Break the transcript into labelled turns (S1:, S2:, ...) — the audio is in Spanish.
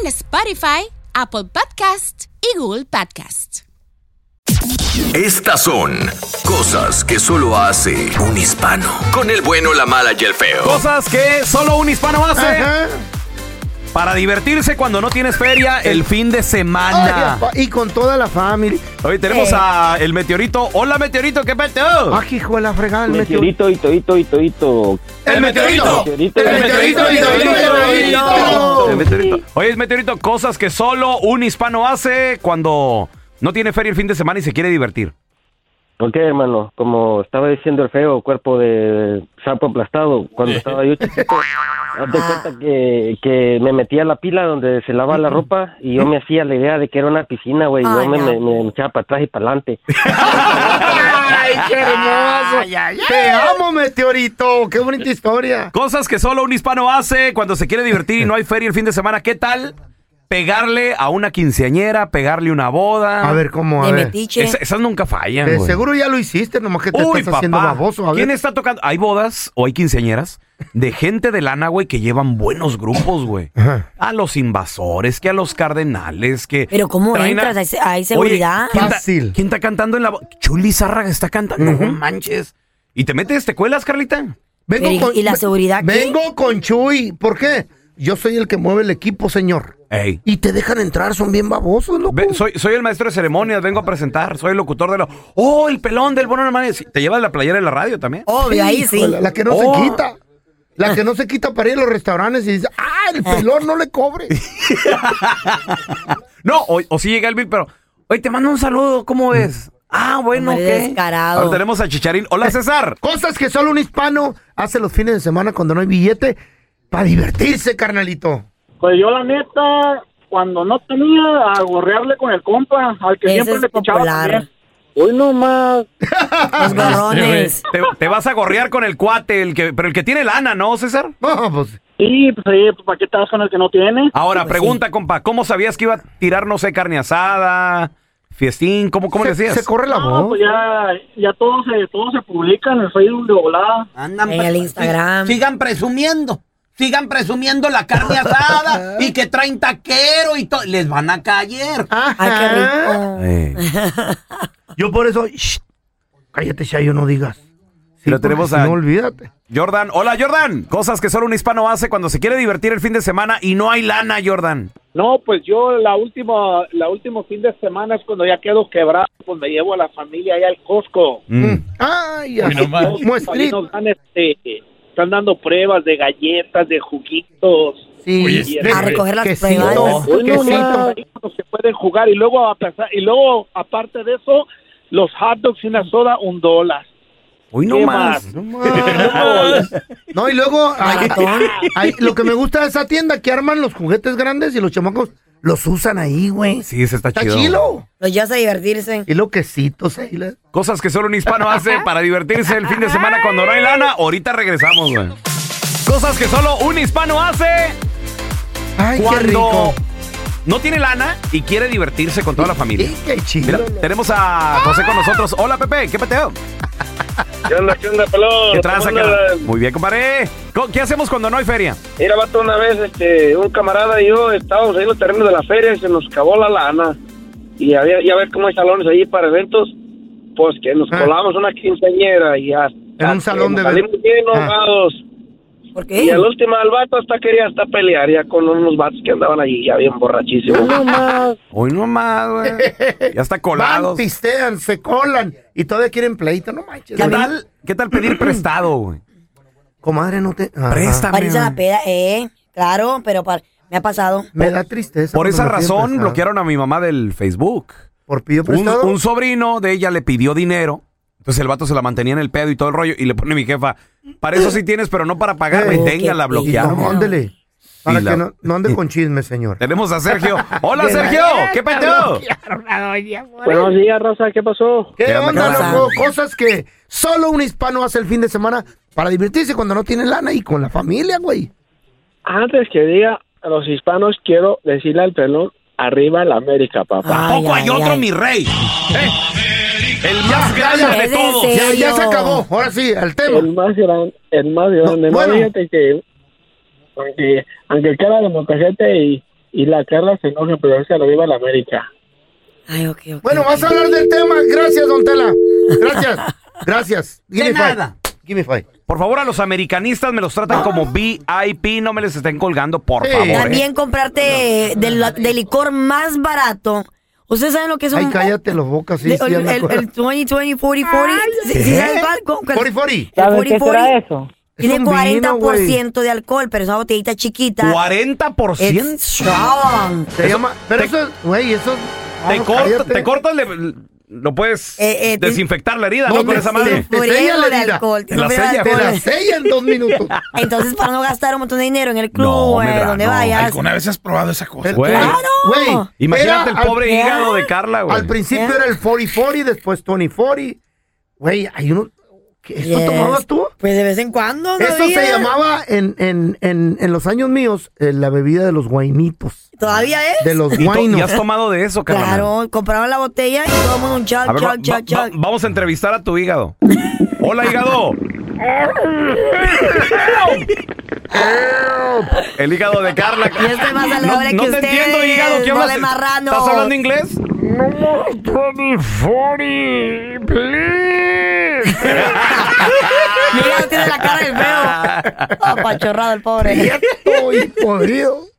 S1: en Spotify, Apple Podcast y Google Podcast.
S2: Estas son cosas que solo hace un hispano. Con el bueno, la mala y el feo.
S3: Cosas que solo un hispano hace. Para divertirse cuando no tienes feria el fin de semana.
S4: Y con toda la familia.
S3: Hoy tenemos
S4: Eh.
S3: a el meteorito. Hola, meteorito, ¿qué peteo?
S4: Ah, hijo de la fregada, el meteorito.
S5: Meteorito y toito y toito.
S3: ¡El meteorito!
S5: Meteorito.
S3: ¡El meteorito! ¡El meteorito!
S4: meteorito!
S3: ¡El meteorito! Oye, meteorito, cosas que solo un hispano hace cuando no tiene feria el fin de semana y se quiere divertir.
S5: Ok, hermano, como estaba diciendo el feo, cuerpo de sapo aplastado, cuando estaba yo chiquito, haz de cuenta que, que me metía a la pila donde se lava la ropa y yo me hacía la idea de que era una piscina, güey. y Yo
S1: Ay,
S5: me,
S1: no.
S5: me, me echaba para atrás y para adelante.
S4: ¡Ay, qué hermoso! ¡Te amo, meteorito! ¡Qué bonita historia!
S3: Cosas que solo un hispano hace cuando se quiere divertir y no hay feria el fin de semana. ¿Qué tal pegarle a una quinceañera, pegarle una boda?
S4: A ver, ¿cómo? A
S6: De
S4: ver.
S6: metiche.
S3: Esa- esas nunca fallan,
S4: Eh,
S3: güey.
S4: seguro ya lo hiciste, nomás que te
S3: Uy,
S4: estás haciendo
S3: papá.
S4: baboso. A ver.
S3: ¿Quién está tocando? Hay bodas o hay quinceañeras de gente de lana, güey, que llevan buenos grupos, güey.
S4: Ajá.
S3: A los invasores, que a los cardenales, que.
S6: Pero ¿cómo
S3: traen a-
S6: entras? ¿Hay se- hay
S3: Oye,
S6: seguridad?
S3: ¿quién está-
S4: Fácil.
S3: ¿Quién está cantando en la. bo- Chuli Zárraga está cantando. No manches. ¿Y te metes? ¿Te cuelas, Carlita?
S6: Pero, ¿y- y la seguridad qué?
S4: Vengo con Chuy. ¿Por qué? Yo soy el que mueve el equipo, señor.
S3: Ey.
S4: Y te dejan entrar, son bien babosos, loco.
S3: Ve- soy, soy el maestro de ceremonias, vengo a presentar, soy el locutor de la... ¡Oh, el pelón del bono hermano! Sí, Te llevas la playera de la radio también.
S6: Obvio, ahí sí.
S4: Híjole, La que no
S3: Oh.
S4: se quita. La que no se quita para ir a los restaurantes y dice, ¡ah, el pelón no le cobre!
S3: No, o, o sí llega el beat, pero... Oye, te mando un saludo, ¿cómo ves? Ah, bueno,
S6: Mm. Hombre
S3: ¿qué?
S6: descarado.
S3: Ahora tenemos a Chicharín. Hola, César.
S4: Cosas que solo un hispano hace los fines de semana cuando no hay billete para divertirse, carnalito.
S7: Pues yo la neta, cuando no tenía, a gorrearle con el compa, al que
S6: Ese
S7: siempre
S6: es
S7: le pichaba
S6: popular.
S7: también. Hoy nomás.
S6: Los gorrones.
S3: Te, te vas a gorrear con el cuate, el que, pero el que tiene lana, ¿no, César?
S4: No, pues,
S7: Y pues, sí, pues ¿para qué te vas con el que no tiene?
S3: Ahora,
S6: Pues
S3: pregunta, compa, ¿cómo sabías que iba a tirar, no sé, carne asada, fiestín? ¿Cómo, cómo le
S4: se,
S3: decías?
S4: se corre la
S7: No,
S4: voz.
S7: pues ya, ya todo se, todo se publica en el Facebook de volada.
S8: Andan
S6: En
S8: pre-
S6: el Instagram.
S8: si- Sigan presumiendo. Sigan presumiendo la carne asada y que traen taquero y todo. Les van a caer.
S6: Ay, qué
S4: Ajá.
S6: rico.
S3: Eh,
S4: Yo por eso, shh, cállate, Chayo, no digas. Sí,
S3: Lo
S4: porque
S3: tenemos
S4: si
S3: a-
S4: No, olvídate.
S3: Jordan, hola Jordan. Cosas que solo un hispano hace cuando se quiere divertir el fin de semana y no hay lana, Jordan.
S7: No, pues yo la última, la último fin de semana es cuando ya quedo quebrado, pues me llevo a la familia allá al Costco.
S3: Mm.
S4: Ay, ya.
S7: Todos los
S4: Muestrito.
S7: paisanos dan, este, están dando pruebas de galletas, de juguitos. Pues,
S4: Sí,
S3: este,
S7: Oye,
S4: de-
S6: a recoger las
S4: quesito,
S6: pruebas.
S7: Hoy no
S4: quesito.
S7: más. se pueden jugar y luego a pesar- y luego aparte de eso los hot dogs y una soda un dólar.
S3: Hoy no
S7: ¿Qué
S3: más.
S7: más?
S4: No más. No, y luego, ah, ay, ay, lo que me gusta de esa tienda, que arman los juguetes grandes y los chamacos los usan ahí, güey.
S3: Sí, se está,
S4: Está
S3: chido.
S4: chilo.
S6: Los llevas a divertirse.
S4: Y lo quesitos ahí. la-
S3: Cosas que solo un hispano hace para divertirse el fin de semana cuando no hay lana. Ahorita regresamos, güey. Cosas que solo un hispano hace
S4: Ay, qué
S3: cuando
S4: rico.
S3: no tiene lana y quiere divertirse con toda la familia.
S4: Sí, qué
S3: Mira,
S4: chido.
S3: tenemos a José con nosotros. Hola, Pepe. ¿Qué peteo?
S7: ¿Qué onda, qué onda, pelón?
S3: ¿Qué tranza,
S7: ¿Cómo
S3: carnal?
S7: andas?
S3: Muy bien, compadre. Co- ¿Qué hacemos cuando no hay feria?
S7: Mira, vato, una vez este, un camarada y yo estábamos ahí en los terrenos de la feria y se nos acabó la lana. Y había, ya ver cómo hay salones ahí para eventos, pues que nos
S4: Ah.
S7: colamos una quinceañera y ya.
S4: En un salón de
S7: Salimos
S4: eventos.
S7: bien
S4: Ah.
S7: ahogados.
S6: ¿Por
S7: Y
S6: qué?
S7: al último, al vato hasta quería hasta pelear ya con unos vatos que andaban allí ya bien borrachísimos.
S3: Hoy nomás, güey. Ya está
S4: Van,
S3: colado. ¿Qué
S4: pistean, se colan y todavía quieren pleito, no manches.
S3: tal, ¿Qué tal pedir prestado, güey?
S4: Comadre, no te. Ajá.
S3: Préstame.
S6: Para irse a la
S3: güey.
S6: peda, eh, claro, pero para... me ha pasado.
S4: Me da tristeza.
S3: Por
S4: cuando
S3: esa
S4: me piden
S3: razón
S4: prestado.
S3: bloquearon a mi mamá del Facebook.
S4: Por pidió
S3: Un,
S4: prestado.
S3: un sobrino de ella le pidió dinero. Entonces el vato se la mantenía en el pedo y todo el rollo. Y le pone mi jefa, para eso sí tienes, pero no para pagarme.
S4: Eh,
S3: Tenga, la
S6: qué pillo.
S4: Y
S3: bloquearon.
S4: no, ándele. Para
S3: Y
S4: que
S3: la-
S4: no, no ande con chismes, señor.
S3: Tenemos a Sergio. Hola, Sergio. ¿Qué peteo?
S7: Buenos días, Rosa, ¿qué pasó?
S4: ¿Qué
S3: ¿Qué
S4: onda,
S3: onda?
S4: loco? Cosas que solo un hispano hace el fin de semana para divertirse cuando no tiene lana y con la familia, güey.
S7: Antes que diga a los hispanos, quiero decirle al pelón, arriba la América, papá.
S6: Ay,
S3: Poco hay
S6: ay,
S3: otro,
S6: ay.
S3: mi rey. Eh, El más grande de
S6: cállate.
S3: todos.
S6: Ese-
S4: Ya, ya se
S6: Serio.
S4: acabó. Ahora sí, al
S7: El
S4: tema.
S7: más grande, el más grande. No,
S4: bueno.
S7: fíjate que, aunque, aunque cara de mocajete y, y la Carla se enoja, pero es que arriba la América.
S6: Ay, ok, ok.
S4: Bueno, vas a hablar del tema. Gracias, don Tela. Gracias. Gracias. Give
S8: De
S4: me five.
S8: nada.
S4: Give me five.
S3: Por favor, a los americanistas me los tratan como VIP. No me les estén colgando, por
S4: Sí.
S3: favor. eh.
S6: También comprarte del, del licor más barato. ¿Ustedes saben lo que es un...
S4: Ay, cállate los bocas. Sí,
S6: de-
S4: sí,
S6: el,
S4: ya me
S6: el,
S4: acuerdo.
S6: el 20, 20, 40, 40. ¿Sí, sí saben cuál? ¿Con- cuál?
S4: 40, 40.
S6: El 40, 40.
S9: eso?
S4: Es
S6: Tiene
S4: un vino,
S6: 40% de alcohol, pero es una botellita chiquita.
S3: 40%.
S6: It's strong.
S4: Se llama. Pero eso, güey, eso.
S3: Te,
S4: vamos,
S3: corta-
S4: cállate.
S3: te cortas, le- lo puedes
S6: Ah, Eh, eh, te-
S3: desinfectar la herida,
S4: No,
S3: ¿no? Con
S4: te-
S3: esa
S4: te-
S3: madre.
S4: te sella la
S6: Furiendo de
S4: herida.
S6: alcohol.
S3: Te la
S6: frío de
S3: sella.
S4: Te
S6: alcohol.
S4: la sella en dos minutos.
S6: Entonces, para no gastar un montón de dinero en el club
S3: No,
S6: o en
S3: Medrano.
S6: donde vayas.
S9: ¿Alguna vez has probado esa cosa?
S3: Güey,
S6: Claro.
S4: Güey,
S3: Imagínate
S4: era
S3: el pobre
S6: al-
S3: hígado de Carla,
S4: Al,
S3: güey.
S4: al principio era el 40-40, después 20-40. Güey, hay uno. ¿qué, ¿Esto
S6: Yes.
S4: tomabas tú?
S6: Pues de vez en cuando, ¿no
S4: Eso
S6: había?
S4: se llamaba en, en, en, en los años míos eh, la bebida de los guainitos.
S6: ¿Todavía es?
S4: De los
S3: ¿Y, to- y has
S4: guainos.
S3: tomado de eso, Carla?
S6: Claro, compraban la botella y tomamos un chal,
S3: A ver, va-
S6: chal, chal,
S3: va- va-
S6: chal.
S3: vamos a entrevistar a tu hígado. Hola, hígado. El hígado de Carla.
S6: Yo estoy este más
S3: No,
S6: saludable
S3: no
S6: que
S3: te
S6: ustedes.
S3: entiendo, hígado. ¿Qué
S6: no
S3: hablas?
S6: de marrano.
S3: ¿Estás hablando inglés?
S6: Mi hígado tiene la cara del feo. Apachorrado el pobre.
S4: Ay, podrido.